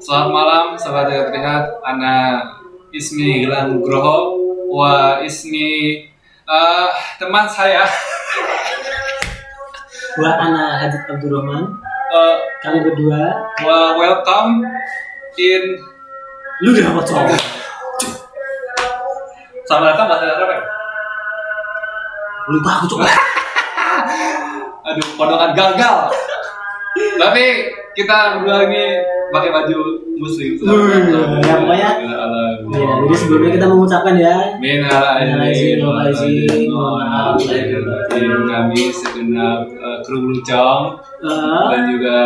Selamat malam, sahabat dekat lihat. Ana Ismi Gilang Groho, wa Ismi eh, teman saya. Gua Ana Hadid Abdurrahman. Eh, Kami berdua wa welcome in lu udah apa cowok? selamat datang bahasa Arab ya? Lupa aku cowok. Aduh, pondokan gagal. Tapi kita berdua ini pakai baju muslim. Hmm, ya, pokoknya- Ya, jadi sebelumnya kita mengucapkan ya Minal aidin Minal aidin wal wal faizin, mohon maaf lahir dan batin kami segenap eh, kru lucong eh, dan juga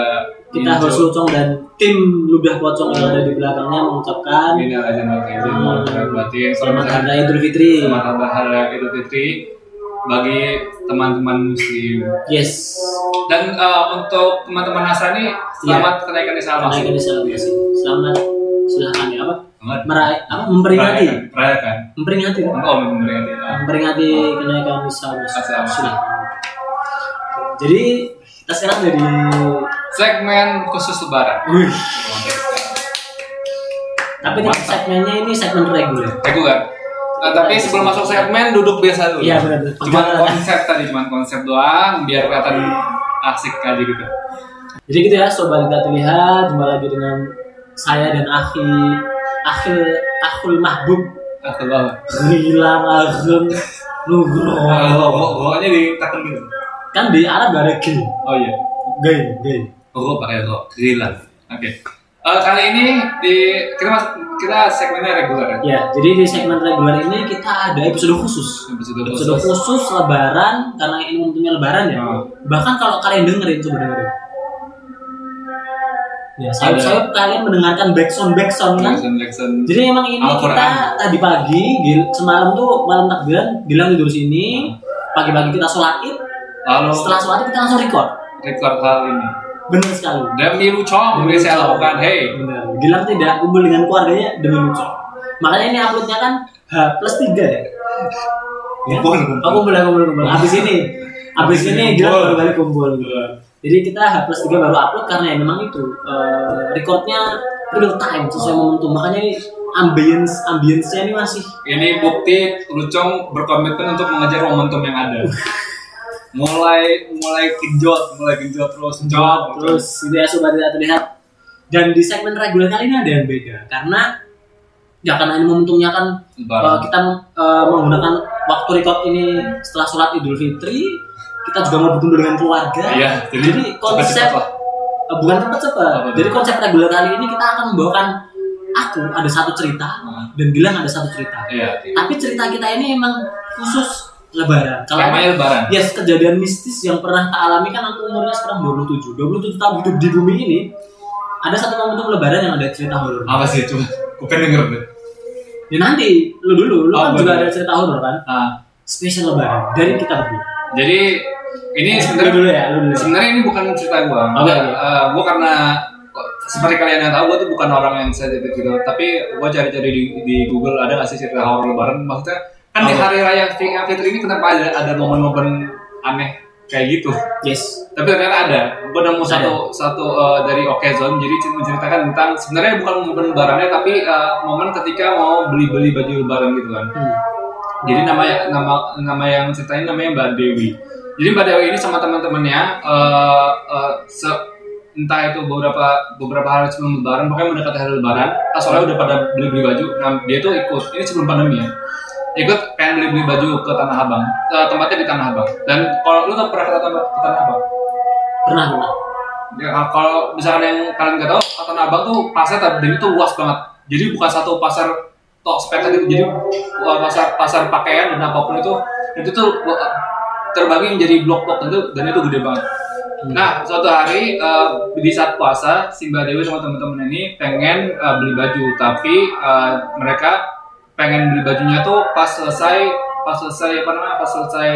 kita Inco. harus lucong dan tim ludah pocong yang ada di belakangnya mengucapkan Minal aidin wal faizin Hmm. mohon maaf lahir dan batin selamat selamat hari raya Idul Fitri. selamat hari raya Idul Fitri bagi teman-teman muslim Yes. dan eh, untuk teman-teman Iya. Nasrani selamat kenaikan Isa Naik Al-Masih ini selamat selamat silahkan ya apa? Selamat. Merai apa memperingati Merayakan, merayakan memperingati oh memperingati Ah, memperingati kenaikan Isa Masih. Isa Al-Masih. Silahkan. Jadi kita sekarang dari segmen khusus lebaran Wih, tapi ini segmennya ini segmen reguler. Aku kan. Nah, tapi sebelum masuk segmen duduk biasa dulu. Iya, benar-benar. Cuman Pegangan. konsep tadi, cuman konsep doang biar kelihatan asik aja gitu. Jadi gitu ya, sobat kita terlihat jumpa lagi dengan saya dan Aki Akhil Akhul Mahbub Asal banget. Gilang Ageng Nugroho. Oh, pokoknya ditekan gitu. Kan di Arab gak ada G, Oh iya. gay, gay. Oh, pakai rock, gila. Oke. Eh, kali ini di kita mas, kita segmennya reguler ya. Ya, jadi di segmen reguler ini kita ada episode khusus. Episode Episode khusus. khusus Lebaran karena ini momentumnya Lebaran ya. Hmm. Bahkan kalau kalian dengerin coba dengerin. Ya, saya, Ada. saya kalian mendengarkan backsound backsound kan? Jackson Jackson. Jadi emang ini Al-Quran. kita tadi pagi gil- semalam tuh malam takbiran bilang tidur sini Hmm. pagi-pagi kita sholat id Lalu setelah sholat id kita langsung record record hal ini. bener sekali Demi lucong, ini saya lakukan. Hey, bener Gilang tidak kumpul dengan keluarganya demi lucu makanya ini uploadnya kan H plus 3 ya kumpul. oh kumpul kumpul kumpul abis ini abis ini Gilang Kumpul. baru balik kumpul jadi kita H plus 3 baru upload karena ya memang itu eh, recordnya real time sesuai momentum makanya ini ambience ambience-nya ini masih Ini bukti Lucong berkomitmen untuk mengejar momentum yang ada. mulai mulai genjot, mulai genjot terus, jawab Terus itu ya sobat tidak terlihat. Dan di segmen reguler kali ini ada yang beda karena ya karena ini momentumnya kan eh, Lebaran. kita eh, menggunakan waktu record ini setelah sholat Idul Fitri kita juga mau berkumpul dengan keluarga. Iya, jadi jadi konsep cepat-cepat lah. eh, bukan cepat-cepat. Apa Jadi dulu? konsep reguler kali ini kita akan membawakan aku ada satu cerita Hmm. dan Gilang ada satu cerita. Iya. Tapi cerita kita ini emang khusus Lebaran. Kalau Temanya Lebaran. Yes, kejadian mistis yang pernah tak alami kan aku umurnya sekarang 27 27 tahun hidup di bumi ini Ada satu momentum lebaran yang ada cerita horor Apa sih coba? Gue pengen denger deh. Ya nanti, lu dulu, lu Oh, kan juga bener. ada cerita horor kan Nah, Spesial lebaran, dari kita berdua jadi ini Lu sebenarnya dulu ya, lu dulu sebenarnya ini bukan cerita gue. Oke. gue karena seperti kalian yang tahu, gue tuh bukan orang yang sensitif gitu. Tapi gue cari-cari di, di Google ada nggak sih cerita horor Lebaran? Maksudnya kan di Apa? hari raya Idul Fitri ini kenapa ada ada momen-momen aneh kayak gitu? Yes, tapi ternyata ada gue nemu satu satu eh, dari Okezone jadi cer- menceritakan tentang sebenarnya bukan momen lebarannya tapi eh, momen ketika mau beli beli baju lebaran gitu kan Hmm. jadi nama nama nama yang ceritanya namanya Mbak Dewi jadi Mbak Dewi ini sama teman-temannya eh, eh, se- entah itu beberapa beberapa hari sebelum lebaran pokoknya mendekati hari lebaran ah, soalnya udah pada beli beli baju nah dia tuh ikut ini sebelum pandemi ya ikut pengen beli beli baju ke Tanah Abang Eh, tempatnya di Tanah Abang dan kalau lu tau pernah ke Tanah- ke Tanah Abang pernah, pernah Ya, kalau misalkan yang kalian nggak tahu, Tanah Abang tuh pasar dan itu luas banget. Jadi bukan satu pasar tok sepeda gitu. Jadi uh, pasar pasar pakaian dan apapun itu itu tuh uh, terbagi menjadi blok-blok tentu dan itu gede banget. Nah, suatu hari uh, di saat puasa, si Mbak Dewi sama teman-teman ini pengen uh, beli baju, tapi uh, mereka pengen beli bajunya tuh pas selesai pas selesai apa namanya pas selesai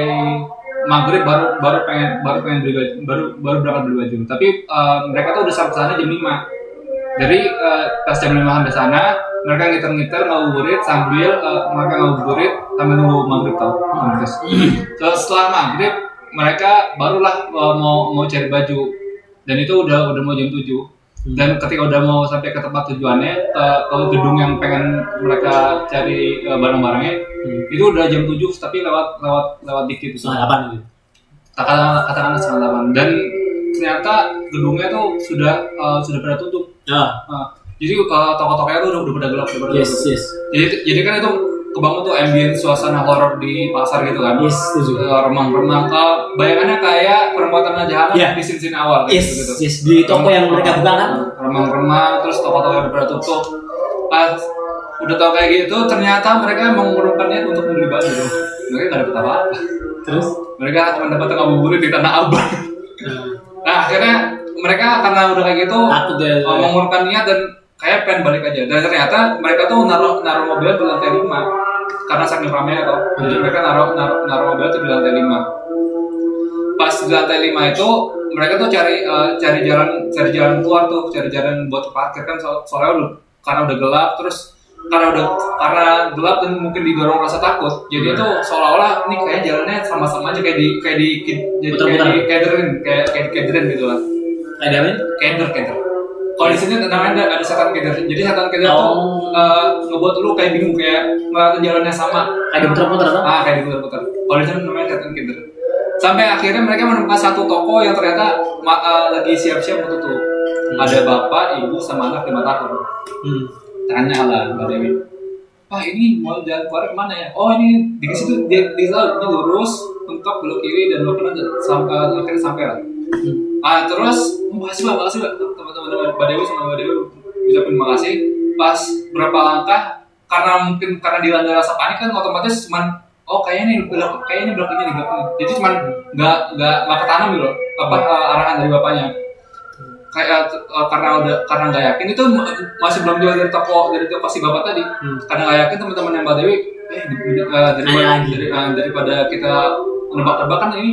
maghrib baru baru pengen baru pengen beli baju baru baru berangkat beli baju tapi eh, mereka tuh udah sampai sana jam 5 jadi eh, pas jam 5 sampai sana mereka ngiter-ngiter ngabuburit sambil eh, mereka ngabuburit sambil nunggu maghrib tau terus setelah maghrib mereka barulah eh, mau mau cari baju dan itu udah udah mau jam 7 dan ketika udah mau sampai ke tempat tujuannya ke, ke gedung yang pengen mereka cari eh, barang-barangnya Hmm. itu udah jam 7 tapi lewat lewat lewat dikit Setengah delapan gitu. katakanlah katakanlah setengah delapan. dan ternyata gedungnya tuh sudah eh, sudah pada tutup Ah, Nah, jadi eh, toko-tokonya tuh udah, udah pada gelap udah pada yes, gelap. yes. jadi jadi kan itu kebangun tuh ambience suasana horor di pasar gitu kan Yes, setuju. Eh, remang-remang eh, bayangannya kayak perempuan tanah jahanam Iya. di scene-scene awal kayak Yes, yes. Di toko yang mereka buka kan? remang-remang terus toko-toko yang udah tutup pas udah tau kayak gitu ternyata mereka emang merupakan niat untuk membeli baju mereka nggak dapet apa-apa Terus? mereka mendapat ngabuburit di tanah abang eh, nah akhirnya mereka karena udah kayak gitu Takut ya. uh, mengurungkan niat dan kayak pengen balik aja dan ternyata mereka tuh naruh naruh mobilnya di lantai lima karena saking ramai atau jadi mereka naruh naruh naruh mobilnya tuh di lantai lima pas di lantai lima itu mereka tuh cari eh, cari jalan cari jalan keluar tuh cari jalan buat parkir kan so- soalnya udah karena udah gelap terus karena udah karena gelap dan mungkin didorong rasa takut jadi itu seolah-olah ini kayak jalannya sama-sama aja kayak di kayak di jadi kayak di gathering kayak kayak di gathering gitu lah Ada apa? ini? keder keder kalau di sini namanya ada, ada setan keder jadi setan keder Oh. tuh eh, ngebuat lu kayak bingung kayak ngeliatin jalannya sama Ada putar-putar apa? ah kayak diputar-putar kalau di sini namanya setan keder sampai akhirnya mereka menemukan satu toko yang ternyata ma- eh, lagi siap-siap mau tutup ada bapak ibu sama anak lima tahun Hmm. tanya lah mbak Dewi Pak ini mau jalan keluar kemana ya? Oh ini di situ di, di sana ini lurus, mentok belok kiri dan belok kanan dan sampai akhirnya sampai lah. hmm. Ah terus makasih pak, makasih pak teman-teman teman Mbak Dewi sama Mbak Dewi ucapin makasih. Pas berapa langkah karena mungkin karena dilanda rasa panik kan otomatis cuman oh kayaknya ini belok kayaknya ini belok ini nih, belok ini. Jadi cuman nggak nggak nggak ketanam gitu loh apa eh, arahan dari bapaknya. Kayak eh, karena udah karena nggak yakin itu ma- masih belum jual dari toko dari toko si bapak tadi. Karena nggak yakin teman-teman yang Mbak Dewi eh, di- di- eh, daripada, Hmm. Nanya lagi. dari, eh, daripada kita nebak-nebakan ini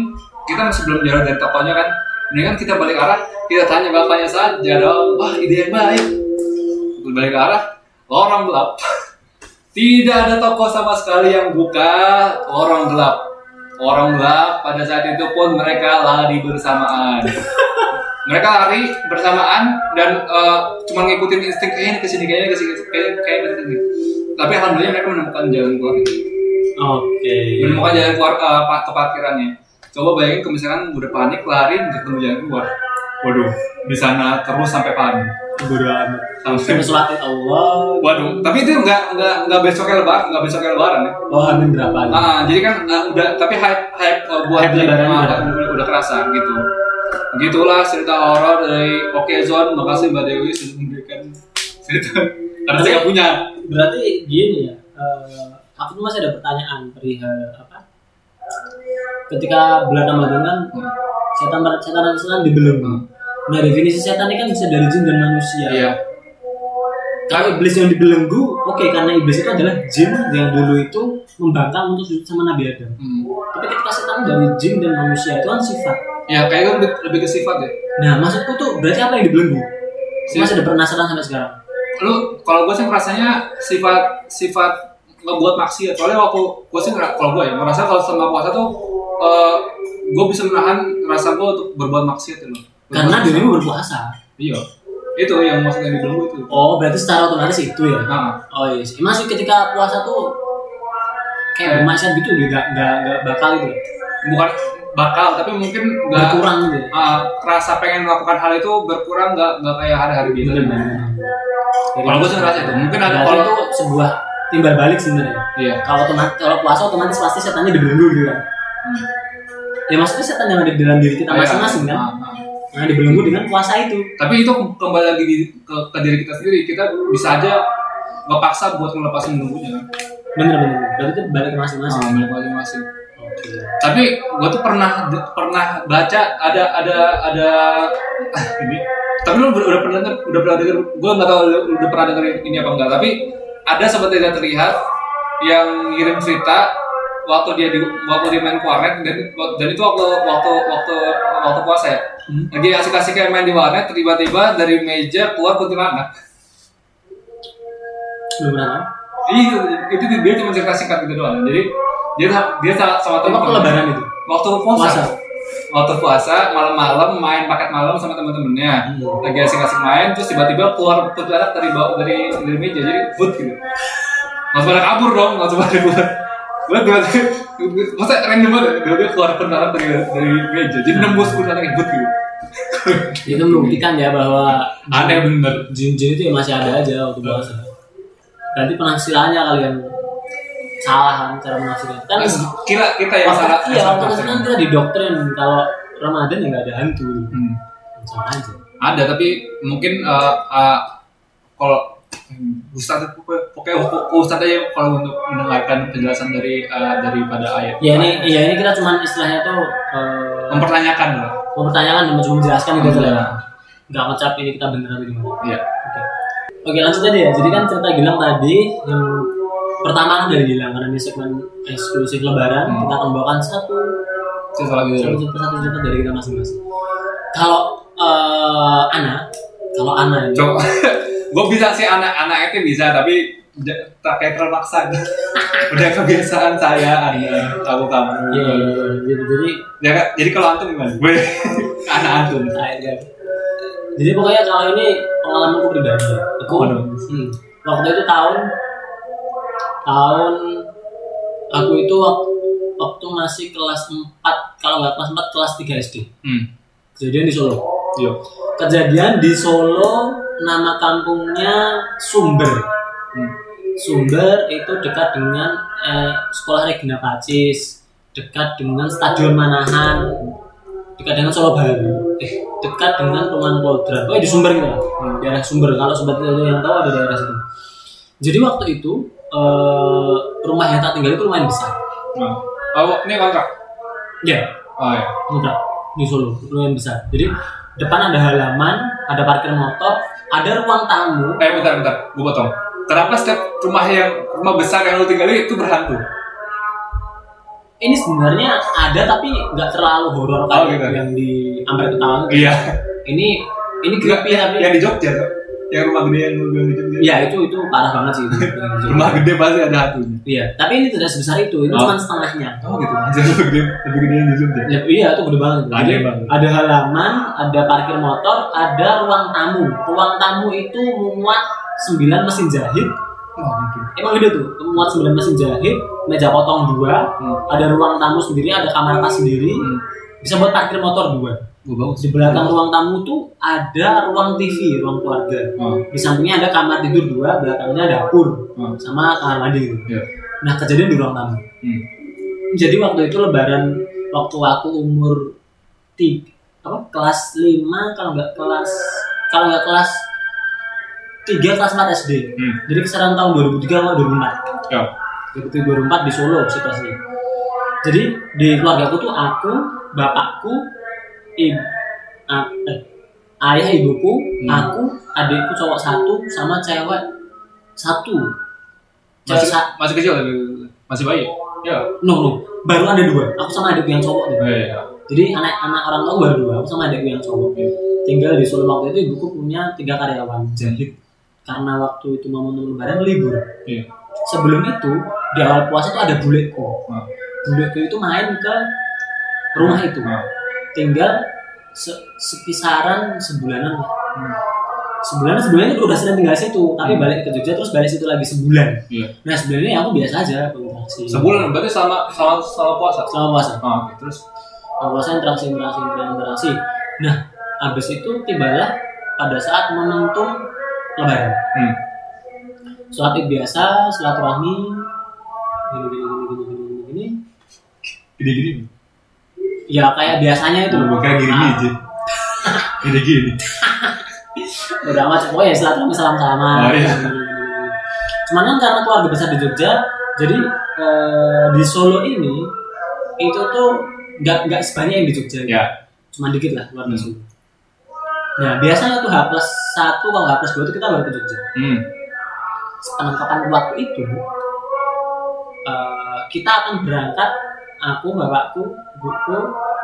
kita masih belum jalan dari tokonya kan mendingan kita balik arah kita tanya bapaknya saja dong wah ide yang baik balik ke arah lorong gelap tidak ada toko sama sekali yang buka lorong gelap lorong gelap pada saat itu pun mereka lari bersamaan mereka lari bersamaan dan eh, cuma ngikutin insting kayaknya ke sini kayaknya ke sini kayaknya kayaknya ke sini tapi alhamdulillah mereka menemukan jalan keluar Oke. menemukan jalan keluar ke, ke parkirannya coba bayangin kalau misalkan udah panik lari nggak ketemu jalan keluar waduh di sana terus sampai pagi Bodo amat. sampai Sampai sholat Allah. waduh tapi itu nggak nggak nggak besoknya lebaran nggak besoknya lebaran ya Oh, hamil berapa? nih? Ah, jadi kan ah, udah tapi hype hype eh, buat Hype lebaran ah, udah. udah, udah kerasa gitu. Begitulah cerita horor dari Oke Zone. Makasih Mbak Dewi sudah memberikan cerita karena saya nggak punya. Berarti gini ya. eh, aku tuh masih ada pertanyaan perihal apa? Ketika bulan Ramadan kan setan setan setan dibelenggu. Nah, definisi setan ini kan bisa dari jin dan manusia. Hmm. Iya. Kalau iblis yang dibelenggu, oke karena iblis itu adalah jin yang dulu itu membangkang untuk sujud sama Nabi Adam. Hmm. Tapi ketika setan dari jin dan manusia itu kan sifat. Ya kayaknya lebih, lebih ke sifat ya. Nah, maksudku tuh berarti apa yang dibelenggu? Aku Sifat. Masih ada penasaran sampai sekarang. Lu kalau gue sih rasanya sifat sifat ngebuat maksiat. Soalnya waktu gue sih ngera- kalau gue ya merasa kalau selama puasa tuh gue bisa menahan rasa gue untuk berbuat maksiat loh. Karena dirimu berpuasa. iya itu yang maksudnya dibelenggu itu. Oh, berarti secara otomatis itu ya. Nah, Oh iya. Yes. Masih ketika puasa tuh Iya. kayak bermaksiat gitu dia nggak nggak nggak bakal gitu. ya. bukan bakal tapi mungkin nggak Berkurang gitu. ya. ah, rasa pengen melakukan hal itu berkurang nggak nggak kayak hari-hari biasa Iya, Jadi, kalau gue sih ngerasa itu mungkin ada Berarti kalau itu sebuah timbal balik sebenarnya. iya Kalau otomatis kalau puasa otomatis pasti setannya dibelenggu gitu kan. Ya maksudnya setan yang ada di dalam diri kita Kayak, masing-masing kan. ah, ah. Nah, dibelenggu dengan puasa itu. tapi itu kembali lagi di- ke, ke diri kita sendiri kita bisa aja ngepaksa buat ngelepasin nunggunya kan Iya. Bener-bener. Berarti itu balik ke masing-masing. Ah, milik masing-masing Oke. tapi gue tuh pernah pernah baca ada ada ada ah, ini tapi lu udah pernah denger udah pernah denger gue nggak tahu lu udah pernah denger ini apa enggak tapi ada sobat tidak terlihat yang ngirim cerita waktu dia di waktu dia main warnet dan dan itu waktu waktu waktu waktu puasa ya Hmm. lagi asik-asik kayak main di warnet tiba-tiba dari meja keluar kuntilanak Belum pernah kan? itu itu dia cuma cerita singkat gitu doang jadi dia dia sama, sama Waktu teman lebaran itu. waktu puasa, Puasa. waktu waktu puasa malam-malam main paket malam sama teman-temannya Hmm. lagi asik-asik main terus tiba-tiba keluar perut anak dari bawah dari dari meja jadi food gitu langsung pada kabur dong langsung pada keluar gue tiba-tiba masa random banget tiba-tiba keluar perut anak dari dari meja jadi nembus perut anak ibut gitu itu membuktikan ya bahwa aneh bener jin-jin itu ya masih ada aja Ah. waktu puasa berarti penafsirannya kalian salah kan cara menafsirnya kan Terus kira kita yang eh, waktu- salah iya salah waktu itu tafsir. kan kita didoktrin kalau Ramadan ya nggak ada hantu Hmm. sama aja ada tapi mungkin eh, eh, kalau hmm, Ustadz itu pokoknya- pokoknya Ust- Ustadz aja kalau untuk mendengarkan penjelasan dari eh, daripada ayat ya ini ya ini kita cuman istilahnya tuh eh, mempertanyakan lah mempertanyakan dan cuma menjelaskan gitu aja Hmm. lah nggak ngecap ini kita bener atau gimana Iya. Oke. Oke lanjut tadi ya. Jadi kan cerita Gilang tadi yang pertama kan dari Gilang karena ini segmen eksklusif Lebaran Hmm. kita akan bawakan satu Saya salah gitu. satu cerita satu cerita dari kita masing-masing. Kalau eh Ana, kalau Ana ini, Coba, gue bisa sih anak-anak itu bisa, tapi ja- tak kayak terpaksa. Udah kebiasaan saya, Anda, tahu kamu. ya, ya, ya. jadi, jadi Ya, Kak, jadi kalau antum gimana? Gue anak antum. terakhir guys. kan. Jadi pokoknya kalau ini pengalamanku pribadi. ya. Aku Waduh. hmm, waktu itu tahun tahun aku itu wak- waktu masih kelas 4 kalau nggak kelas 4 kelas 3 SD. Hmm. Kejadian di Solo. Yo. Kejadian di Solo nama kampungnya Sumber. Hmm. Sumber itu dekat dengan eh, sekolah Regina Pacis, dekat dengan Stadion Manahan, dekat dengan Solo Baru, eh, dekat dengan Perumahan Kodrat. Oh, di Sumber gitu lah, Hmm. daerah Sumber. Kalau sobat itu yang tahu ada daerah situ. Jadi waktu itu eh, rumah yang tak tinggal itu lumayan besar. Nah. Oh, ini kontrak. Ya, Oh ya. enggak di Solo lumayan besar. Jadi depan ada halaman, ada parkir motor, ada ruang tamu. Eh, bentar, bentar. Gue potong. Kenapa setiap rumah yang rumah besar yang lu tinggali itu berhantu? Ini sebenarnya ada tapi nggak terlalu horor Oh, kan gitu. yang di Amber Ketawa gitu. Iya. ini ini Enggak, creepy tapi yang di Jogja tuh. Yang rumah gede yang lu bilang di Jogja. ya itu itu parah banget sih itu. Rumah gede pasti ada hantunya. iya tapi ini tidak sebesar itu ini Oh. cuma setengahnya Oh gitu. Masih lebih gede, lebih gede yang di Jogja. ya, iya itu gede banget Ada yang banget. ada halaman ada parkir motor ada ruang tamu ruang tamu itu memuat 9 mesin jahit Oh gitu. emang gede tuh memuat 9 mesin jahit meja potong dua Hmm. ada ruang tamu sendiri ada kamar tas sendiri Hmm. bisa buat parkir motor dua Gue bagus. di belakang ruang tamu tuh ada ruang TV ruang keluarga Oh. di sampingnya ada kamar tidur dua belakangnya dapur Oh. sama kamar mandi gitu. Iya. nah kejadian di ruang tamu Hmm. jadi waktu itu lebaran waktu aku umur tiga apa kelas 5 kalau nggak kelas kalau nggak kelas 3 kelas 4 SD Hmm. jadi kisaran tahun 2003 atau 2004 Ya. 2003 2004 di Solo situasinya jadi di keluarga aku tuh aku bapakku ibu eh, ayah ibuku Hmm. aku adikku cowok satu sama cewek satu cewek Masih, sa- masih kecil tapi masih bayi. Ya. no no baru ada dua aku sama adikku yang cowok tuh. Oh, iya. jadi anak-anak orang tua aku baru dua aku sama adikku yang cowok Iya. tinggal di Solo waktu itu ibuku punya tiga karyawan Jahit. karena waktu itu momentum lebaran libur Iya. sebelum itu di awal puasa tuh ada buleko Nah. buleko itu main ke rumah itu Nah. tinggal se- sekisaran sebulanan lah. Hmm. sebulan sebelumnya itu udah sering tinggal situ tapi Hmm. balik ke Jogja terus balik situ lagi sebulan Iya. nah sebenarnya aku biasa aja berinteraksi Sebulan berarti sama sama sama puasa. selama puasa Ah, oke. terus selama puasa interaksi interaksi interaksi interaksi. nah habis itu tibalah pada saat momentum lebaran hmm. sholat id biasa silaturahmi gini gini gini gini gini gini gini gini-gini. ya kayak biasanya itu Gua kira gini-gini aja. Gini-gini. udah amat pokoknya ya silaturahmi salam salaman Oh, iya. cuman kan karena keluarga besar di Jogja jadi eh, di Solo ini itu tuh nggak nggak sebanyak yang di Jogja Ya. cuman dikit lah keluarga Hmm. Solo nah biasanya tuh H plus satu kalau H plus dua itu kita baru ke Jogja Hmm. penangkapan waktu itu eh, kita akan berangkat aku bapakku ibuku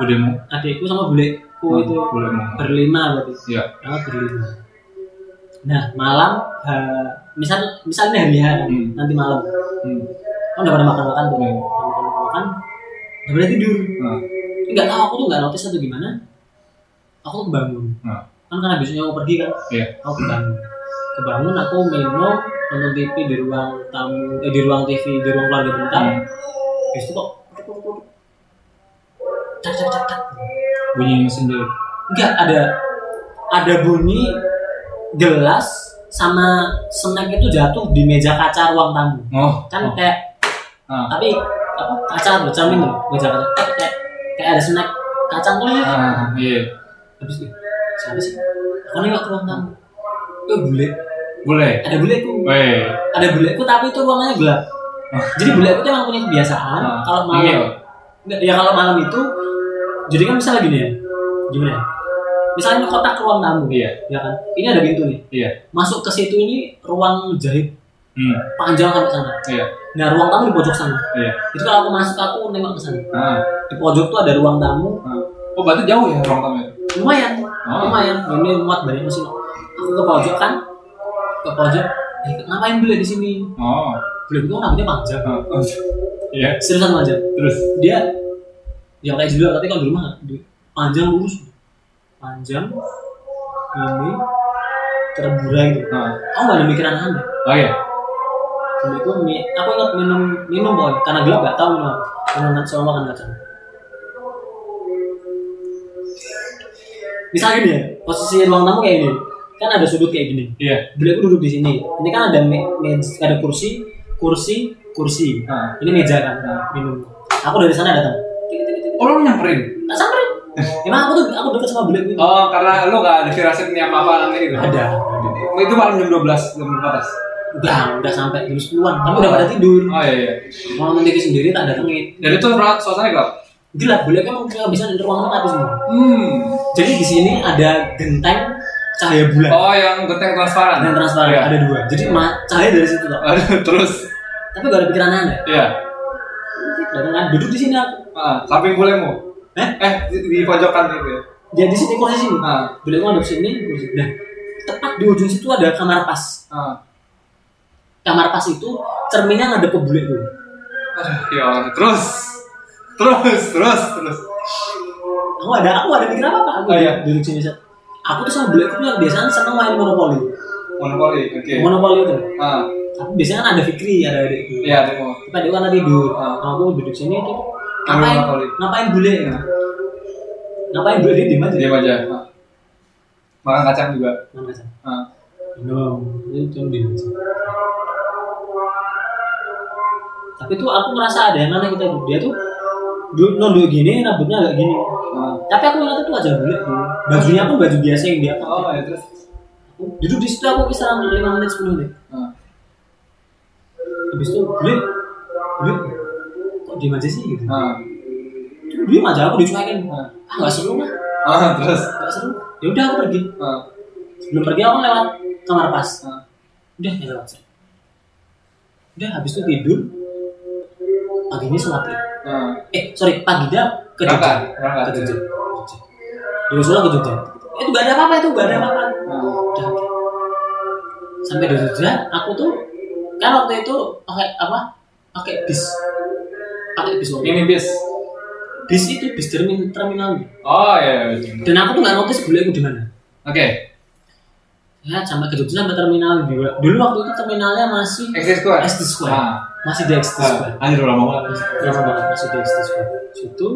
Udah mau. adikku sama buleku itu Boleh mau. berlima berarti Iya. Berangkat berlima nah malam eh, misal misalnya hari hari Hmm. nanti malam Hmm. kan udah pada makan makan tuh Hmm. makan makan makan udah pada tidur Nah. nggak tahu aku tuh nggak notice atau gimana aku tuh bangun Nah. kan karena besoknya aku pergi kan Iya. aku kebangun kebangun aku minum nonton TV di ruang tamu eh, di ruang TV di ruang keluarga bentar Hmm. habis itu kok tak tak tak tak bunyi sendiri Enggak, ada ada bunyi gelas sama snack itu jatuh di meja kaca ruang tamu. oh Kan oh. kayak Ah. tapi apa kaca loh, cermin loh, meja kaca. Kayak- Kayak, kayak ada snack kacang tuh ya. Ah, iya Habis itu siapa sih? Aku nengok ke ruang tamu. Eh bule, boleh ada buleku. weh Ada buleku tapi itu ruangannya gelap. Ah. Jadi buleku tuh emang punya kebiasaan Ah, kalau iya. malam Nggak, ya kalau malam itu jadi kan misalnya gini ya. Gimana ya? Misalnya kotak ruang tamu. iya ya kan ini ada pintu nih iya masuk ke situ ini ruang jahit hmm panjang sampai sana iya nah ruang tamu di pojok sana iya itu kalau aku masuk aku nengok ke sana ah di pojok tuh ada ruang tamu ah. oh berarti jauh ya ruang tamu itu lumayan Oh. lumayan ini muat banyak mesin aku ke pojok kan ke pojok eh, ngapain beli di sini oh beli itu rambutnya panjang ah. oh. iya seriusan panjang terus dia yang kayak juga tapi kalau di rumah di- panjang lurus panjang ini terburai gitu ah. aku gak ada mikiran aneh oh iya Dulu itu mi- aku ingat minum minum boy karena gelap gak tahu minum apa. minum kan sama makan kacang. Misalnya gini ya, posisi ruang tamu kayak gini, kan ada sudut kayak gini. iya Beliau aku duduk di sini. Ini kan ada me- me- ada kursi, kursi, kursi. ah. Ini meja kan, minum. Aku dari sana datang. oh lo nyamperin Tak samperin. Emang aku tuh aku dekat sama beliau itu. oh karena lo gak ada firasat nih apa apa nanti gitu Ada. itu malam jam 12 jam 14 Udah, udah sampai jam 10-an. Kamu udah pada tidur. oh iya iya Mau nonton TV sendiri tak datengin. dan itu ruang- suasana gelap Gila, beliau kan mungkin kehabisan ruangan mati semua. hmm Jadi di sini ada genteng cahaya bulan oh yang genteng transparan yang transparan Iya. ada dua. Jadi ma- cahaya dari situ loh. Aduh, terus Tapi gak ada pikiran anda. iya Datang kan duduk di sini aku. ah. samping bulemu Eh? eh di, di pojokan gitu ya Dia di sini kursi sini. ah. Beliau ngadep sini. kursi. Nah, tepat di ujung situ ada kamar pas. ah. Kamar pas itu cerminnya ngadep ke bule dulu. Aduh, ya Allah. terus terus terus terus Aku ada aku ada pikir apa pak? Aku Oh, iya. duduk sini. Sat. Aku tuh sama bule aku punya kebiasaan seneng main monopoli. monopoli oke Monopoli itu. ah Tapi biasanya kan ada Fikri, ada adikku. iya demo Tapi adik kan tidur. Ah. Aku duduk sini tuh. Main Ngapain? monopoli. Ngapain bule? Gitu. Ngapain bule dia diem aja? diam aja Ah. makan kacang juga Mana kacang? ah. Minum, ini cuma diem aja. Tapi tuh aku ngerasa ada yang aneh kita dia tuh duduk nunduk gini, rambutnya agak gini. Ah. Tapi aku ngeliatnya tuh aja bule. Bajunya pun baju biasa yang dia pakai. oh ya terus Aku Duduk di situ aku kisaran 5 menit 10 menit. ah. Habis itu bule, bule, kok diem aja sih gitu. Ah. Cuma diem aja aku dicuekin. Ah. Ah nggak seru lah. ah terus Gak seru. Ya udah aku pergi. ah. Sebelum pergi aku lewat kamar pas. Ah. Udah ya lewat. Shay. Udah habis itu tidur. Paginya sholat id. Ah. Eh sorry paginya ke Berangkat, Jogja. berangkat. ya. Ke Jogja. Jogja. Dari Solo ke Jogja. Eh, Itu gak ada apa-apa itu gak ada apa-apa. Ah. Udah. oke. Sampai di Jogja aku tuh kan waktu itu pakai apa? Pakai bis. Pakai bis waktu itu. ini bis Bis itu bis termin terminalnya. oh iya iya. Dan aku tuh gak notice bule aku di mana. oke Ya, sampai ke Jogja sampai terminal juga. Dulu waktu itu terminalnya masih exit square SD Square. Ah. Masih di SD Square. Ah, anjir udah lama banget. Lama banget masih di SD Square. Situ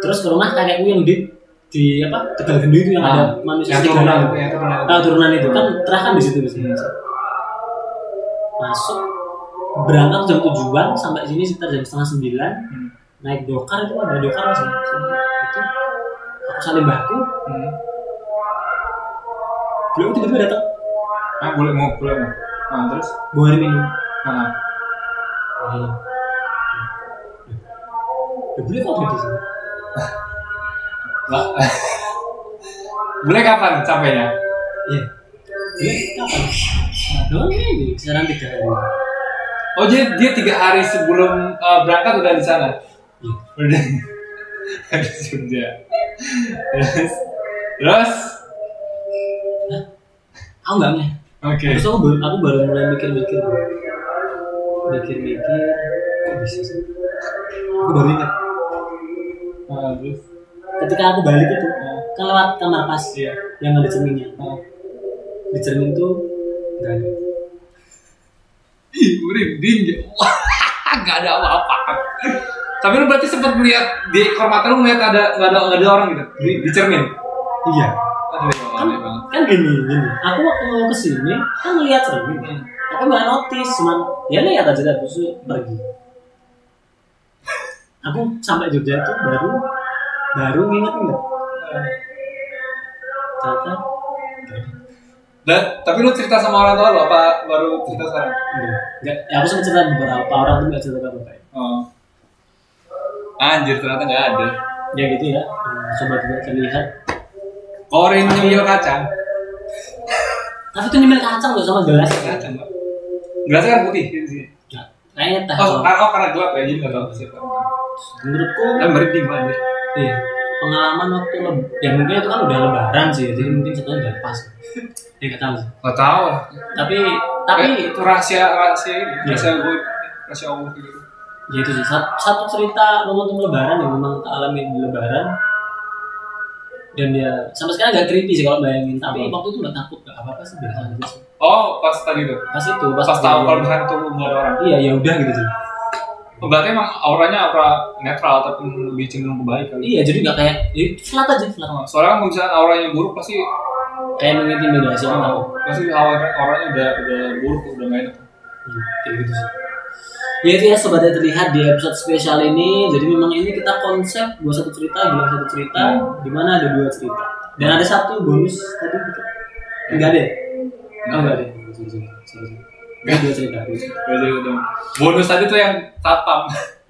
terus ke rumah kakekku yang di di apa? Tegal Gendu itu yang Ah. ada manusia Yang serigala. turunan itu, yang turunan Hmm. itu. Ah, turunan itu kan terakan di situ biasanya. Masuk berangkat jam tujuan sampai sini sekitar jam setengah sembilan Hmm. naik dokar itu ada dokar masih itu aku salim baku Hmm. beliau tiba-tiba datang ah boleh mau boleh mau ah terus buarin minum ah Hmm. Iya. Ya boleh kok ada di sini. Lah. boleh kapan sampainya Iya. Boleh kapan? Doang ini kisaran tiga hari. Oh jadi dia tiga hari sebelum eh, berangkat udah di sana. Iya. Udah. Sudah. Terus. Terus. Aku nggak ngeh. Oke. Terus aku baru, aku baru mulai mikir-mikir. Mikir-mikir. Kok bisa sih? Aku baru ingat. Nah, terus ketika aku balik itu nah, kan lewat kamar pas iya. yang ada cerminnya Nah, di cermin itu nggak ada Ih, merinding ya. Wah, nggak ada apa-apa. Tapi lu berarti sempat melihat di ekor mata lu melihat ada nggak ada nggak ada orang gitu di, di cermin. iya Aduh, ya Allah, kan, aneh banget. kan gini gini aku waktu mau kesini kan ngeliat cermin Hmm. tapi nggak notice cuman ya lihat aja lah terus pergi aku sampai Jogja tuh baru baru nginget nggak ternyata Dan tapi lu cerita sama orang tua lu apa baru cerita sekarang? enggak. Enggak. ya aku sempat cerita beberapa orang tuh nggak cerita ke apa Oh. Ah, Anjir ternyata nggak ada. ya gitu ya Hmm, coba juga terlihat Korin nyemil kacang. tapi tuh nyemil kacang loh sama gelas Kacang. Pak. Gelasnya kan putih di sini. Enggak. kayaknya teh Oh, doang. karena oh, karena gelap ya jadi nggak tahu siapa. menurutku Dan merinding banget. Iya. Pengalaman waktu leb ya mungkin itu kan udah lebaran sih, jadi mungkin ceritanya udah pas. ya nggak tahu sih. Nggak tahu lah. Tapi tapi Kayak itu rahasia rahasia ini, Iya. rahasia gue, rahasia Allah gitu. ya itu sih satu, satu cerita momentum lebaran yang memang tak alami di lebaran dan dia sampai sekarang nggak creepy sih kalau bayangin tapi waktu itu nggak takut nggak apa apa sih biasa aja sih Oh, pas tadi tuh. pas itu pas, Pas tahu kalau kejadian. misalnya itu nggak ada orang. Oh, iya ya udah gitu sih Berarti emang auranya aura netral tapi lebih cenderung ke baik kali. iya jadi nggak kayak ya, flat aja flat Soalnya kan kalau misalnya auranya buruk pasti kayak mengintimidasi orang pasti aura auranya udah udah buruk udah nggak enak. Hmm, kayak gitu sih. Ya itu ya sobat yang terlihat di episode spesial ini. Jadi memang ini kita konsep gua satu cerita, bilang satu cerita, di mana ada dua cerita. Dan ada satu bonus tadi gitu. Enggak ada. ya? Oh, enggak ada. Sorry, sorry, sorry, sorry. Ini dua cerita. dua cerita. Udah, udah, udah. Bonus tadi tuh yang tapam.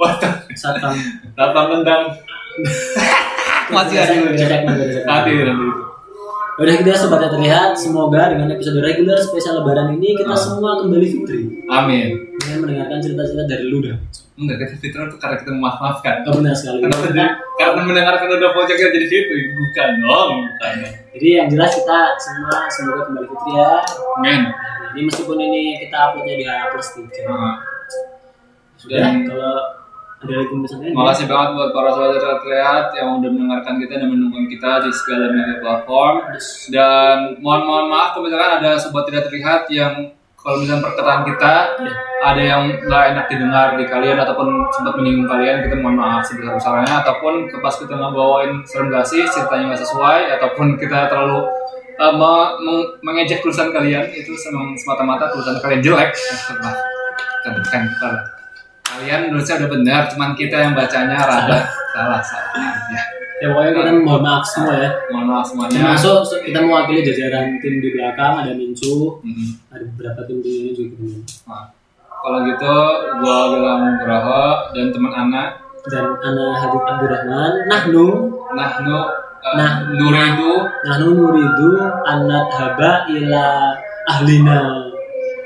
Water. Satpam. Tapam tendang. Masih ada. Saya ngecek, Nanti ngecek. nanti itu. Ya Udah kita sobat yang terlihat, semoga dengan episode reguler spesial lebaran ini kita semua kembali fitri Amin. dengan mendengarkan cerita-cerita dari lu dah. Enggak kita fitnah itu karena kita memaafkan. Oh, benar sekali. Karena, Kita- karena mendengarkan udah pojok kita jadi situ ya. bukan dong. Bukan. dong. Jadi yang jelas kita semua semoga kembali fitri ya. Men. Ini meskipun ini kita uploadnya di H plus tiga. Nah. Sudah lah, kalau ada lagi pesan lain. Terima kasih banget buat para sahabat terlihat yang udah mendengarkan kita dan mendukung kita di segala media platform. Dan mohon mohon maaf kalau misalkan ada sobat tidak terlihat yang kalau misalkan perkataan kita ada yang nggak enak didengar di kalian ataupun sempat menyinggung kalian kita mohon maaf sebesar besarnya ataupun pas kita ngebawain serem gak sih ceritanya nggak sesuai ataupun kita terlalu eh, me- meng- mengejek tulisan kalian itu semang- semata-mata tulisan kalian jelek kan kan kan kalian nulisnya udah benar cuman kita yang bacanya rada salah salah ya. Ya pokoknya kita mohon maaf semua ya. mohon maaf semuanya Termasuk kita mewakili jajaran tim di belakang ada Mincu, Mm-mm. ada beberapa tim di ini juga kita minta. Nah, kalau gitu gua bilang Nugroho dan teman Ana Dan Ana Hadid Abdurrahman, Nahnu, nah nu eh, Nah. Nuridu Nahnu Nuridu, Anat Haba ila ahlina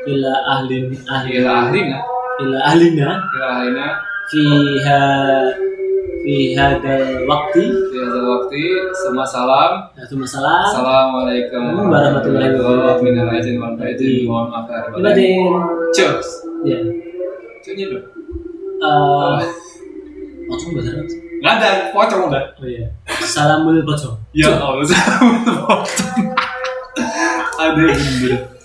ila ahlin ahlin ila ahlina ila ahlina ila ahlina fiha fiha waktu ila hadzal waqti semua salam satu masalah assalamualaikum Hmm, Warahmatullahi wabarakatuh. Minal aidin wal faizin. mohon maaf lahir batin. Ibadah. cheers Ya. Cunyi dong. Eh, pocong bahasa Arab. nggak ada pocong udah Oh iya. Salamul pocong. ya Allah ada yang bener.